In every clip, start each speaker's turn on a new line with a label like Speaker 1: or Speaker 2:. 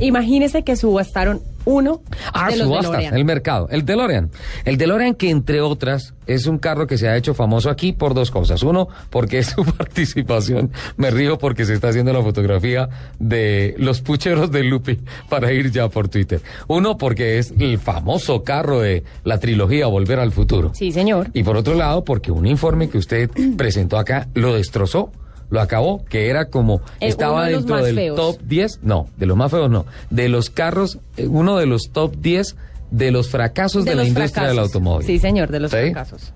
Speaker 1: Imagínese que subastaron uno
Speaker 2: Ah,
Speaker 1: de los
Speaker 2: subastas,
Speaker 1: DeLorean.
Speaker 2: el mercado. El DeLorean. El DeLorean que, entre otras, es un carro que se ha hecho famoso aquí por dos cosas. Uno, porque es su participación. Me río porque se está haciendo la fotografía de los pucheros de Lupi para ir ya por Twitter. Uno, porque es el famoso carro de la trilogía Volver al Futuro.
Speaker 1: Sí, señor.
Speaker 2: Y por otro lado, porque un informe que usted presentó acá lo destrozó, lo acabó, que era como
Speaker 1: Eh, uno
Speaker 2: estaba
Speaker 1: de los
Speaker 2: dentro
Speaker 1: más
Speaker 2: del
Speaker 1: feos.
Speaker 2: top 10, no, de los más feos no, de los carros, eh, uno de los top 10 de los fracasos de, la
Speaker 1: los
Speaker 2: industria del
Speaker 1: fracasos.
Speaker 2: automóvil.
Speaker 1: Sí, señor, de los
Speaker 2: ¿Sí?
Speaker 1: fracasos.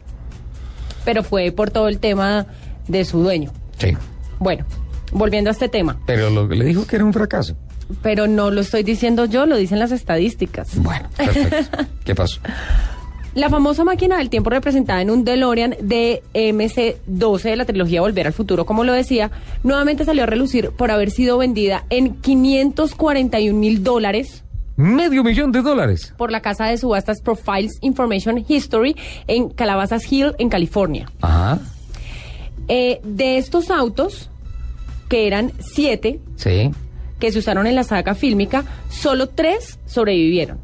Speaker 1: Pero fue por todo el tema de su dueño.
Speaker 2: Sí,
Speaker 1: Bueno, volviendo a este tema,
Speaker 2: pero lo que le dijo que era un fracaso.
Speaker 1: pero no lo estoy diciendo yo, lo dicen las estadísticas.
Speaker 2: Bueno, perfecto. ¿Qué pasó?
Speaker 1: La famosa máquina del tiempo representada en un DeLorean de MC-12 de la trilogía Volver al Futuro, como lo decía, nuevamente salió a relucir por haber sido vendida en 541 mil dólares
Speaker 2: Medio millón de dólares.
Speaker 1: por la casa de subastas Profiles Information History en Calabazas Hill, en California.
Speaker 2: Ajá,
Speaker 1: Eh, de estos autos, que eran siete,
Speaker 2: sí.
Speaker 1: que se usaron en la saga fílmica, solo tres sobrevivieron.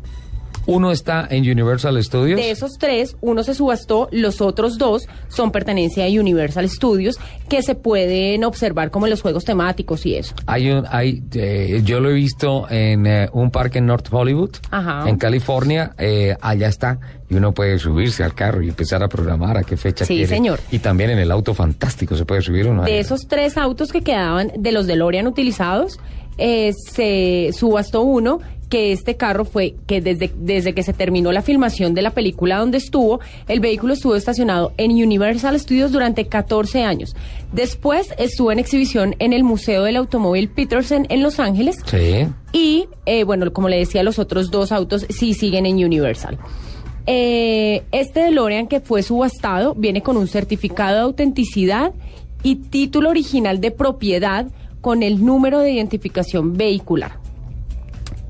Speaker 2: Uno está en Universal Studios.
Speaker 1: De esos tres, uno se subastó, los otros dos son pertenencia a Universal Studios, que se pueden observar como en los juegos temáticos y eso.
Speaker 2: Hay un, hay, eh, yo lo he visto en eh, un parque en North Hollywood,
Speaker 1: Ajá.
Speaker 2: en California, eh, allá está, y uno puede subirse al carro y empezar a programar a qué fecha
Speaker 1: Sí,
Speaker 2: quiere.
Speaker 1: señor.
Speaker 2: Y también en el auto fantástico se puede subir uno.
Speaker 1: De
Speaker 2: ahí.
Speaker 1: esos tres autos que quedaban de los DeLorean utilizados, eh, se subastó uno que este carro fue que desde, desde que se terminó la filmación de la película donde estuvo, el vehículo estuvo estacionado en Universal Studios durante 14 años. Después estuvo en exhibición en el Museo del Automóvil Peterson en Los Ángeles
Speaker 2: Sí.
Speaker 1: y, eh, bueno, como le decía, los otros dos autos sí siguen en Universal. Eh, este DeLorean que fue subastado viene con un certificado de autenticidad y título original de propiedad con el número de identificación vehicular.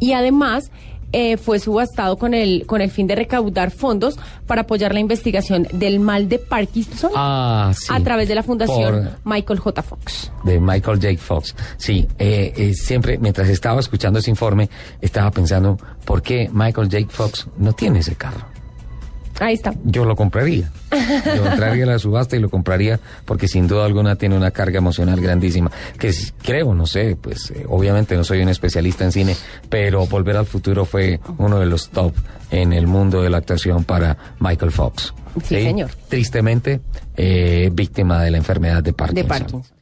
Speaker 1: Y además eh, fue subastado con el, con el fin de recaudar fondos para apoyar la investigación del mal de Parkinson
Speaker 2: Ah, sí.
Speaker 1: a través de la Fundación
Speaker 2: Por-
Speaker 1: Michael J. Fox.
Speaker 2: de Michael J. Fox. Sí, eh, eh, siempre mientras estaba escuchando ese informe, estaba pensando, ¿por qué Michael J. Fox no tiene ese carro?
Speaker 1: Ahí está.
Speaker 2: yo lo compraría. Yo entraría a la subasta y lo compraría porque sin duda alguna tiene una carga emocional grandísima. Que s- creo, no sé, pues eh, obviamente no soy un especialista en cine, pero Volver al Futuro fue uno de los top en el mundo de la actuación para Michael Fox.
Speaker 1: Sí, señor.
Speaker 2: Tristemente, eh, víctima de la enfermedad de
Speaker 1: De
Speaker 2: Parkinson.
Speaker 1: Parkinson.